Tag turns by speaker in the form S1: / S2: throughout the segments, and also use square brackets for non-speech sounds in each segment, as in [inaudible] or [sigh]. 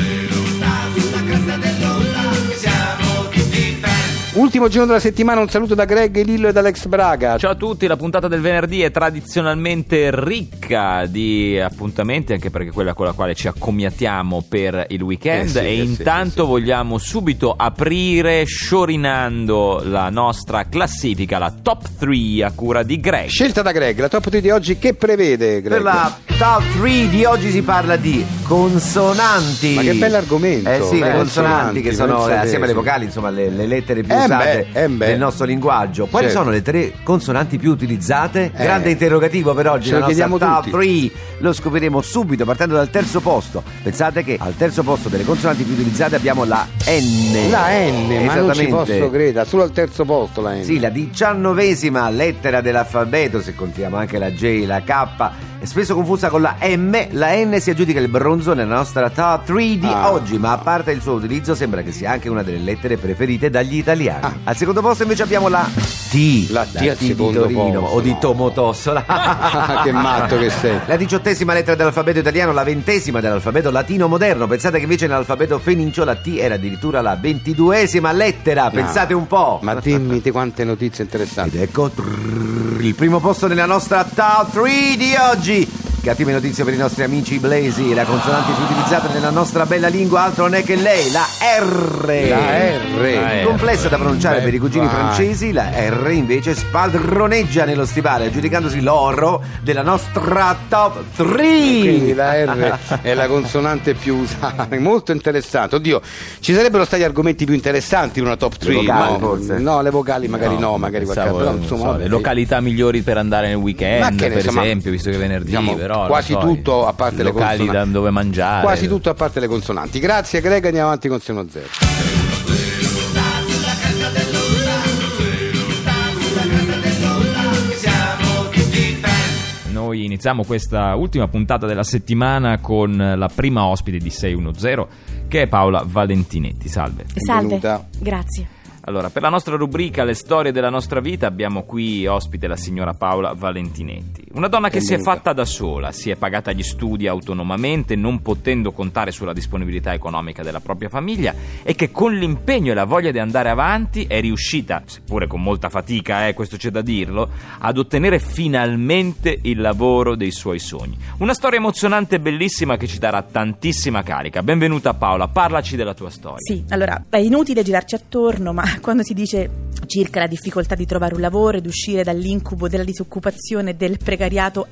S1: Zero, zero, sta sulla cresta dell'onda, siamo tutti fan.
S2: Ultimo giorno della settimana, un saluto da Greg Lillo ed Alex Braga.
S3: Ciao a tutti, la puntata del venerdì è tradizionalmente ricca di appuntamenti, anche perché è quella con la quale ci accomiatiamo per il weekend.
S2: Eh sì,
S3: e
S2: eh sì,
S3: intanto
S2: eh sì.
S3: vogliamo subito aprire sciorinando la nostra classifica, la top 3 a cura di Greg.
S2: Scelta da Greg, la top 3 di oggi che prevede Greg?
S4: Per la top 3 di oggi si parla di consonanti.
S2: Ma che bell'argomento.
S4: Eh sì, le
S2: Beh,
S4: consonanti che sono
S2: pensate,
S4: eh, assieme alle
S2: sì.
S4: vocali, insomma, le, le lettere più
S2: Eh beh,
S4: usate
S2: eh beh.
S4: del nostro linguaggio. Quali
S2: Certo.
S4: sono le tre consonanti più utilizzate?
S2: Eh.
S4: Grande interrogativo per oggi,
S2: Ce
S4: la
S2: lo
S4: nostra
S2: chiediamo
S4: top
S2: tutti.
S4: 3. Lo scopriremo subito partendo dal terzo posto. Pensate che al terzo posto delle consonanti più utilizzate abbiamo la N.
S2: La N, ma non ci
S4: Esattamente.
S2: posso credere, solo al terzo posto la N.
S4: Sì, la diciannovesima lettera dell'alfabeto, se contiamo anche la J, la K, è spesso confusa con la M, la N si aggiudica il bronzo nella nostra top 3 di
S2: Ah.
S4: oggi, ma a parte il suo utilizzo sembra che sia anche una delle lettere preferite dagli italiani.
S2: Ah.
S4: Al secondo posto invece abbiamo la T,
S2: La T al
S4: di
S2: secondo
S4: Torino
S2: posto,
S4: o di
S2: no. Ah,
S4: Tomotossola.
S2: che matto che sei.
S4: La diciottesima lettera dell'alfabeto italiano, la ventesima dell'alfabeto latino moderno. Pensate che invece nell'alfabeto fenicio la T era addirittura la ventiduesima lettera. Pensate
S2: No.
S4: un po'.
S2: Ah. Ma dimmi te quante notizie
S4: Ed
S2: interessanti.
S4: ecco trrr, il primo posto nella nostra top 3 di oggi. Cattive notizie per i nostri amici inglesi, la consonante più utilizzata nella nostra bella lingua altro non è che lei, la R.
S2: La R.
S3: La R.
S4: Complessa da pronunciare
S2: Beh,
S4: per i cugini
S2: vai.
S4: francesi, la R invece spadroneggia nello stivale, aggiudicandosi l'oro della nostra top 3.
S2: Quindi la R è la consonante più usata, [laughs] molto interessante. Oddio, ci sarebbero stati argomenti più interessanti in una top 3.
S4: vocali,
S2: no?
S4: forse.
S2: No, le vocali magari no, magari qualche
S3: pensavo,
S2: altro, però
S3: non
S2: insomma,
S3: so,
S2: vabbè.
S3: le località migliori per andare nel
S2: Ma
S3: weekend,
S2: che ne
S3: per
S2: so, ma-
S3: esempio, visto che è venerdì,
S2: diciamo,
S3: però non
S2: quasi
S3: so,
S2: tutto
S3: i
S2: a parte le
S3: locali da
S2: consonanti.
S3: dove mangiare.
S5: Ah, eh.
S2: Quasi tutto a parte le consonanti. Grazie Greg, andiamo avanti con Seno Zero.
S3: Noi iniziamo questa ultima puntata della settimana con la prima ospite di 610 che è Paola Valentinetti. Salve.
S6: Salve,
S2: Benvenuta.
S6: grazie.
S3: Allora, per la nostra rubrica Le storie della nostra vita abbiamo qui ospite la signora Paola Valentinetti. Una donna che si è
S2: Benvenuta.
S3: fatta da sola, si è pagata gli studi autonomamente, non potendo contare sulla disponibilità economica della propria famiglia e che con l'impegno e la voglia di andare avanti è riuscita, seppure con molta fatica, eh, questo c'è da dirlo, ad ottenere finalmente il lavoro dei suoi sogni. Una storia emozionante e bellissima che ci darà tantissima carica. Benvenuta Paola, parlaci della tua storia.
S6: Sì, allora è inutile girarci attorno, ma [laughs] quando si dice circa la difficoltà di trovare un lavoro e di uscire dall'incubo della disoccupazione e del precariato,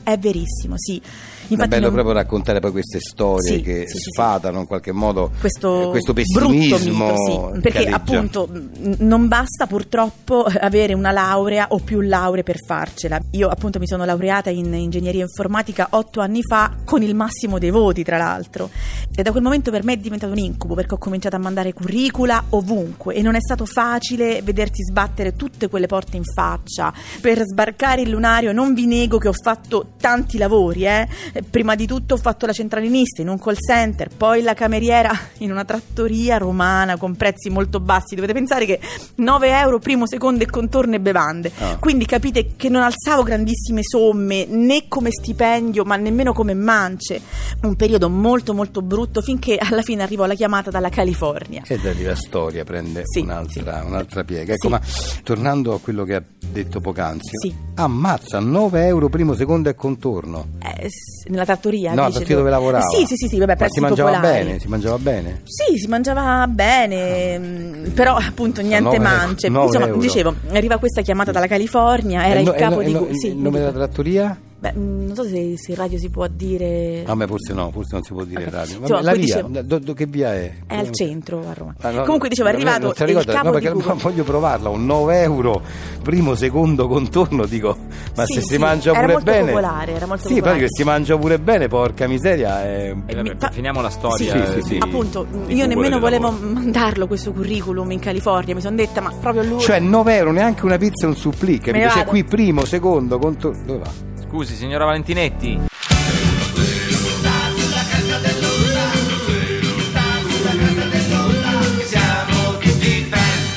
S6: è verissimo, sì.
S5: È
S6: Infatti
S5: bello
S6: non-
S5: proprio raccontare poi queste storie
S6: Sì,
S5: che
S6: sì, sì, sì.
S5: sfatano in qualche modo
S6: questo,
S5: eh, questo
S6: brutto
S5: pessimismo.
S6: mito, sì, perché
S5: che aleggia.
S6: appunto mh, non basta purtroppo eh, avere una laurea o più lauree per farcela. Io appunto mi sono laureata in ingegneria informatica otto anni fa con il massimo dei voti tra l'altro e da quel momento per me è diventato un incubo perché ho cominciato a mandare curricula ovunque e non è stato facile vederti sbattere tutte quelle porte in faccia per sbarcare il lunario non vi nego che ho fatto tanti lavori eh. prima di tutto ho fatto la centralinista in un call center poi la cameriera in una trattoria romana con prezzi molto bassi dovete pensare che 9 euro primo secondo e contorno e bevande
S5: Ah.
S6: quindi capite che non alzavo grandissime somme né come stipendio ma nemmeno come mance un periodo molto molto brutto finché alla fine arrivò la chiamata dalla California
S5: E da lì la storia prende
S6: Sì,
S5: un'altra,
S6: sì.
S5: un'altra piega. Ecco,
S6: Sì.
S5: ma tornando a quello che ha detto poc'anzi,
S6: Sì.
S5: ammazza 9 euro primo, secondo e contorno.
S6: Eh, s- nella trattoria
S5: no,
S6: dice,
S5: perché dove lavorava?
S6: sì sì sì, sì vabbè
S5: Ma
S6: prezzi
S5: si mangiava
S6: popolari.
S5: bene, si mangiava bene.
S6: Sì, si mangiava bene, mm, però appunto niente
S5: nove
S6: mance.
S5: euro, nove
S6: Insomma,
S5: euro.
S6: dicevo, arriva questa chiamata dalla California, era
S5: E no-
S6: il capo
S5: e no-
S6: di...
S5: e no-
S6: sì,
S5: il
S6: mi
S5: nome
S6: dica.
S5: della trattoria?
S6: Beh, mm, non so se, se radio si può dire...
S5: Ah, beh, forse no, forse non si può dire
S6: Ok.
S5: radio. Vabbè,
S6: Insomma,
S5: la
S6: poi
S5: via,
S6: dicevo-
S5: do- do- che via è?
S6: È al centro a Roma.
S5: Ah, no,
S6: Comunque dicevo, è
S5: no, no,
S6: arrivato
S5: non si
S6: il
S5: ricorda,
S6: capo
S5: no,
S6: di
S5: perché
S6: Google.
S5: voglio provarla, un 9 euro primo, secondo contorno, dico, ma
S6: Sì,
S5: se
S6: sì,
S5: si mangia
S6: era
S5: pure
S6: molto
S5: bene.
S6: popolare, era molto
S5: sì,
S6: popolare.
S5: poi che si mangia pure bene, porca miseria, è
S3: E Eh, vabbè,
S6: Fa-
S3: finiamo la storia.
S5: Sì, sì,
S3: eh,
S5: sì.
S3: di-
S6: Appunto,
S3: di
S6: io
S3: Google
S6: nemmeno
S3: del
S6: volevo
S3: lavoro.
S6: mandarlo questo curriculum in California, mi sono detta, ma proprio lui...
S5: cioè 9 euro neanche una pizza e un supplì, capito?
S6: vado.
S5: Cioè qui primo, secondo, contorno, dove va?
S3: Scusi, signora Valentinetti.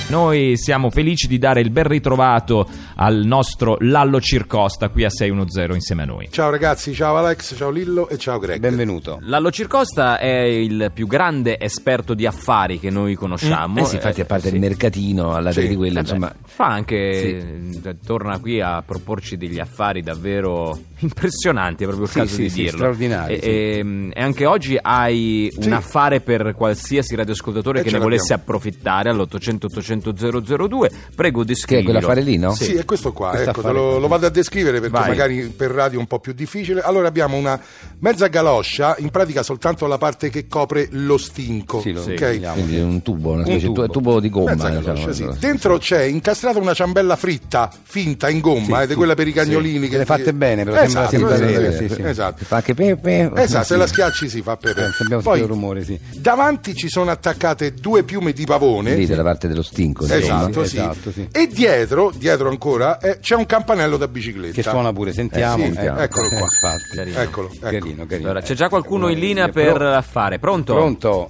S3: Noi siamo felici di dare il ben ritrovato al nostro Lallo Circosta qui a 610 insieme a noi.
S7: Ciao ragazzi, ciao Alex, ciao Lillo e ciao Greg.
S2: Benvenuto.
S3: Lallo Circosta è il più grande esperto di affari che noi conosciamo.
S8: Eh sì, infatti, a parte
S3: sì.
S8: il mercatino, alla
S7: Sì.
S8: di quello,
S3: Eh beh,
S8: insomma.
S3: fa anche eh, torna qui a proporci degli affari davvero [laughs] impressionanti, è proprio il
S2: Sì,
S3: caso
S2: sì,
S3: di
S2: sì,
S3: dirlo.
S2: straordinari,
S3: E,
S2: sì.
S3: ehm, e anche oggi hai
S7: Sì.
S3: un affare per qualsiasi radioascoltatore
S7: Eh,
S3: che
S7: ce
S3: ne
S7: l'abbiamo.
S3: volesse approfittare all'800 800 002. Prego
S8: Che è
S3: descrivilo.
S8: quell'affare lì, no?
S7: Sì, è questo qua,
S2: Questo
S7: ecco, te
S2: affare
S7: lo,
S2: qua.
S7: lo vado a descrivere perché
S3: Vai.
S7: magari per radio è un po' più difficile. Allora abbiamo una mezza galoscia, in pratica soltanto la parte che copre lo stinco.
S2: Sì, eh, lo
S7: ok?
S2: vediamo.
S8: Quindi un tubo, una
S7: Un
S8: specie tubo. tubo di gomma.
S7: Mezza
S8: diciamo,
S7: galoscia, sì.
S8: allora.
S7: Dentro c'è incastrata una ciambella fritta, finta in gomma,
S2: Sì,
S7: ed è quella per i
S2: sì.
S7: cagnolini.
S2: Te
S7: Che
S2: le
S7: ti-
S2: fate bene, però
S7: Esatto,
S2: sembra-
S7: esatto,
S2: sembra- sì, sì, sì.
S7: esatto.
S8: Fa anche pe- pe-
S7: Esatto, se la schiacci si fa
S2: Eh,
S7: pepe.
S2: Abbiamo
S7: Poi,
S2: sentito il rumore, sì.
S7: davanti ci sono attaccate due piume di pavone.
S8: Lì dalla parte dello stinco.
S7: Esatto,
S8: insomma.
S7: Esatto, sì.
S2: Esatto, sì.
S7: E dietro, dietro ancora, eh, c'è un campanello da bicicletta.
S2: Che suona pure, Esatto. sentiamo.
S7: Eh sì, eccolo qua.
S2: infatti.
S3: Carino.
S7: Eccolo, ecco.
S2: Carino, carino.
S3: Allora, c'è già qualcuno in linea
S2: Però-
S3: per l'affare. Pronto?
S2: eh, Pronto?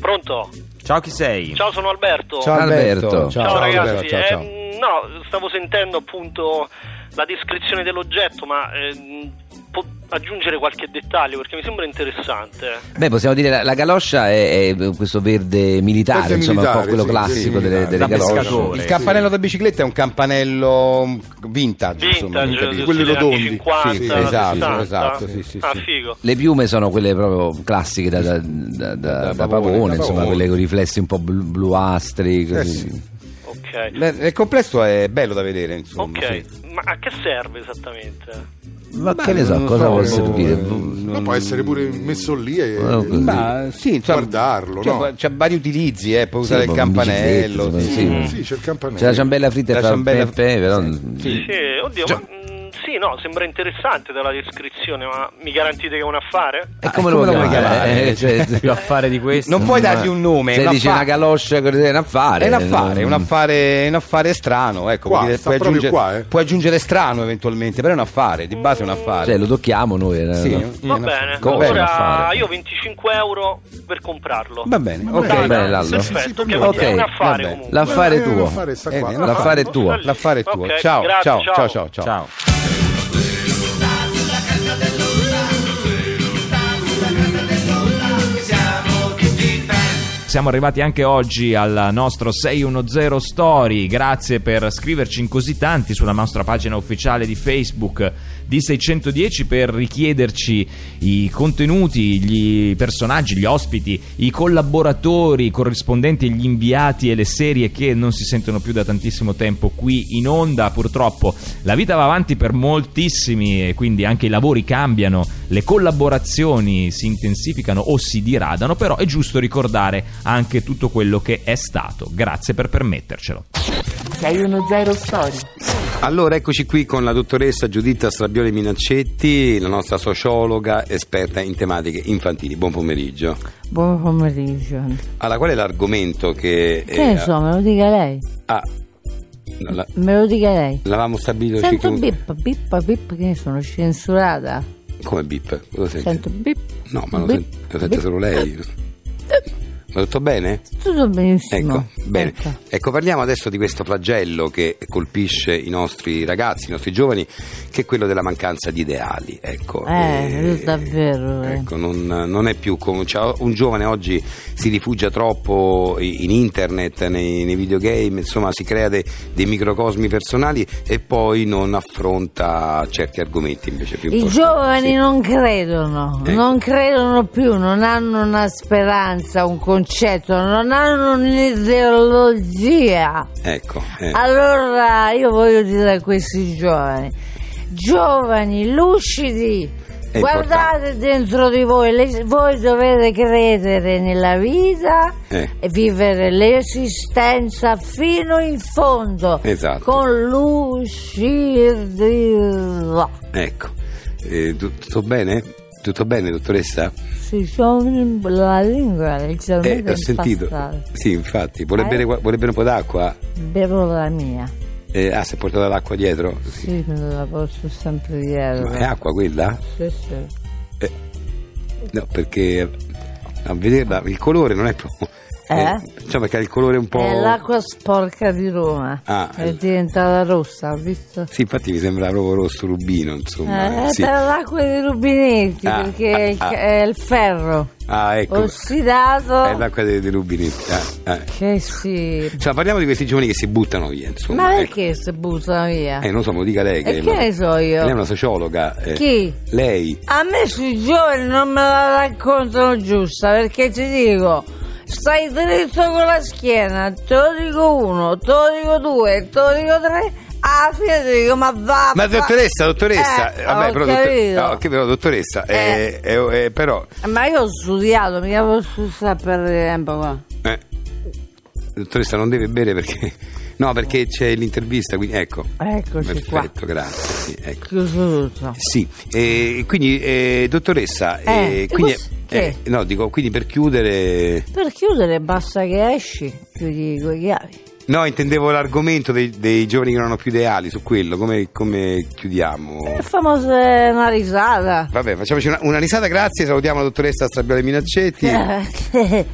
S9: Pronto?
S3: Ciao, chi sei?
S9: Ciao, sono Alberto.
S2: Ciao Alberto.
S8: Alberto.
S9: Ciao, ragazzi.
S2: Alberto, ciao, ciao.
S9: Eh, no, stavo sentendo appunto la descrizione dell'oggetto, ma ehm, può aggiungere qualche dettaglio perché mi sembra interessante.
S8: Beh, possiamo dire la, la galoscia è, è questo verde militare,
S7: Verde
S8: insomma, un po'
S7: militare,
S8: quello
S7: sì,
S8: classico
S7: sì,
S8: delle,
S7: militare.
S8: delle
S3: Da
S8: galosce.
S3: pescatore.
S2: Il campanello da bicicletta è un campanello mm, vintage, insomma, non
S9: Vintage,
S2: capisco.
S9: sì,
S7: quelli
S9: degli anni
S7: rotondi.
S9: 50,
S2: Sì, sì,
S9: anni
S2: esatto,
S9: 60.
S2: esatto, sì, sì,
S9: ah,
S2: sì.
S9: figo.
S8: Le piume sono quelle proprio classiche da, da, da- da- da
S2: da
S8: pavone,
S2: pavone,
S8: insomma,
S2: da
S8: quelle con i riflessi un po' blu- bluastri.
S7: Eh
S8: così.
S7: sì.
S9: Ok.
S2: Beh, il complesso è bello da vedere, insomma.
S9: ok,
S2: sì.
S9: ma a che serve esattamente?
S8: Ma
S2: Beh,
S8: che ne so,
S2: non
S8: cosa
S2: so,
S8: vuol
S2: boh,
S8: servire?
S2: eh, non-
S7: Ma può essere pure messo lì e...
S8: Eh, così.
S2: Ma sì, insomma,
S7: Guardarlo,
S2: cioè,
S7: no?
S2: può- C'ha vari utilizzi, eh, puoi
S8: Sì,
S2: usare
S8: ma
S2: il
S8: un
S2: campanello.
S8: bicicletta,
S2: eh, sì.
S8: insomma,
S7: Sì, c'è il campanello.
S8: C'è la ciambella fritta
S2: La
S8: e fa
S2: ciambella-
S8: pe- pe- però...
S2: Sì.
S9: Sì, oddio, ma, mm, sì, no, sembra interessante dalla descrizione, ma mi garantite che è un affare?
S2: Eh,
S8: E come lo vuoi chiamare? Eh, cioè,
S3: Più affare di questo.
S2: Non puoi
S8: ma-
S2: dargli un nome. è
S8: Se
S2: un
S8: dici
S2: affare-
S8: una galoscia, è un affare.
S2: È un affare,
S8: Mm.
S2: è un affare, è un affare strano, ecco,
S7: Qua,
S2: vuol dire-
S7: sta proprio qua, eh.
S2: puoi aggiungere strano eventualmente, però è un affare, di base è un affare.
S8: Cioè, lo tocchiamo noi. eh,
S2: Sì,
S8: no?
S2: è un- è
S9: Va
S2: un
S9: bene,
S2: affare.
S8: Cosa
S9: allora
S8: da fare?
S9: io 25 euro per comprarlo.
S2: Va bene,
S7: Va
S2: ok.
S9: Dai,
S8: bene,
S9: dai,
S8: Lallo.
S7: Sì, sì,
S9: Perfetto,
S7: per
S9: ok,
S7: me.
S9: quindi è un
S8: Ok,
S9: affare
S2: vabbè.
S9: comunque.
S8: L'affare
S7: Eh,
S8: tuo.
S7: l'affare sta
S2: Eh,
S7: qua.
S2: no,
S7: Ah,
S8: l'affare è
S7: ah,
S8: tuo.
S2: L'affare è tuo.
S9: Ok,
S2: ciao,
S9: grazie,
S2: ciao,
S9: ciao.
S2: ciao, ciao, ciao.
S3: Ciao. Siamo arrivati anche oggi al nostro 610 Story, grazie per scriverci in così tanti sulla nostra pagina ufficiale di Facebook di 610 per richiederci i contenuti, gli personaggi, gli ospiti, i collaboratori, i corrispondenti, gli inviati e le serie che non si sentono più da tantissimo tempo qui in onda. Purtroppo la vita va avanti per moltissimi e quindi anche i lavori cambiano, le collaborazioni si intensificano o si diradano, però è giusto ricordare anche tutto quello che è stato. Grazie per permettercelo.
S10: 610 Story.
S2: Allora, eccoci qui con la dottoressa Giuditta Strabione Minaccetti, la nostra sociologa esperta in tematiche infantili. Buon pomeriggio.
S10: Buon pomeriggio.
S2: Allora, qual è l'argomento che... eh,
S10: Che ne so, me lo dica lei.
S2: Ah, la-
S10: Me lo dica lei.
S2: l'avevamo stabilito...
S10: Sento
S2: ci-
S10: bip, bip, bip, che ne sono censurata.
S2: Come bip? Lo senti?
S10: Sento bip.
S2: Eh, No, ma lo,
S10: bip, Eh,
S2: sent- lo sente solo lei. L'ho detto bene?
S10: Tutto benissimo.
S2: Ecco, bene.
S10: Ecco.
S2: Ecco, parliamo adesso di questo flagello che colpisce i nostri ragazzi, i nostri giovani, che è quello della mancanza di ideali. Ecco,
S10: Eh,
S2: E-
S10: davvero, eh.
S2: Ecco, non, non è più come cioè, un giovane oggi si rifugia troppo i- in internet, nei, nei videogame, insomma, si crea de- dei microcosmi personali e poi non affronta certi argomenti invece più
S10: I
S2: importanti.
S10: giovani
S2: Sì.
S10: non credono,
S2: Ecco.
S10: non credono più, non hanno una speranza, un concetto, non hanno un'ideologia.
S2: Ecco, eh.
S10: Allora io voglio dire a questi giovani, giovani lucidi,
S2: È
S10: guardate dentro di voi, le- voi dovete credere nella vita
S2: Eh.
S10: e vivere l'esistenza fino in fondo,
S2: Esatto.
S10: con lucidità.
S2: Ecco, Eh, tu- tutto bene? Tutto bene, dottoressa?
S10: Sì, sono la lingua
S2: Eh,
S10: leggermente
S2: ho sentito.
S10: impastata.
S2: Sì, infatti, vuole,
S10: Eh?
S2: bere, qua- vuole bere un po' d'acqua?
S10: Bevo la mia,
S2: Eh, ah, si è portata l'acqua dietro?
S10: sì, me la posso sempre dire.
S2: Ma è acqua quella?
S10: Sì, sì.
S2: No, perché a vederla il colore non è proprio...
S10: Eh?
S2: cioè, perché ha il colore un po'.
S10: È l'acqua sporca di Roma.
S2: Ah.
S10: È diventata rossa, ho visto?
S2: Sì, infatti mi sembra proprio rosso rubino, insomma.
S10: Eh,
S2: Mm, sì.
S10: è per l'acqua dei rubinetti,
S2: Ah,
S10: perché è il-
S2: ah, ah.
S10: è il ferro
S2: Ah, ecco.
S10: ossidato
S2: È l'acqua dei, dei rubinetti. Ah, ah.
S10: che si...
S2: Cioè, parliamo di questi giovani che si buttano via, insomma.
S10: Ma
S2: ecco.
S10: perché si buttano via?
S2: Eh, non so, me lo dica lei.
S10: E che
S2: ma-
S10: ne so io?
S2: Lei è una sociologa. eh.
S10: Chi?
S2: Lei.
S10: A me sui giovani non me la raccontano giusta perché ti dico stai dritto con la schiena, te lo dico uno, te lo dico due, te lo dico tre, alla fine ti dico ma va.
S2: Ma
S10: va-
S2: dottoressa, dottoressa,
S10: Eh,
S2: vabbè,
S10: ho
S2: però,
S10: capito.
S2: no, che però dottoressa, eh,
S10: Eh.
S2: eh, eh, però,
S10: Ma io ho studiato, mi avevo studiato per tempo qua.
S2: eh, dottoressa non deve bere perché, [laughs] no, perché c'è l'intervista, quindi ecco,
S10: Eccoci qua.
S2: perfetto, grazie, sì, ecco.
S10: Chiuso tutto.
S2: Sì, eh, quindi eh, dottoressa, eh,
S10: Eh, e
S2: quindi,
S10: questo che?
S2: eh, no, dico, quindi per chiudere,
S10: Per chiudere basta che esci, chiudi con le chiavi.
S2: no, intendevo l'argomento dei, dei giovani che non hanno più ideali, su quello, come, come chiudiamo?
S10: E famosa è una risata.
S2: Vabbè, facciamoci una, una risata, grazie, salutiamo la dottoressa Strabiale Minaccetti
S10: [laughs]
S2: e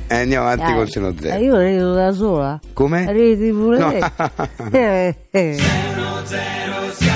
S2: Eh, andiamo avanti
S10: Dai.
S2: con Seno Zero.
S10: Eh, Io rido da sola.
S2: Come? [laughs]
S10: Ridi pure
S2: No.
S10: te. Eh, eh.
S1: Zero, zero, zero.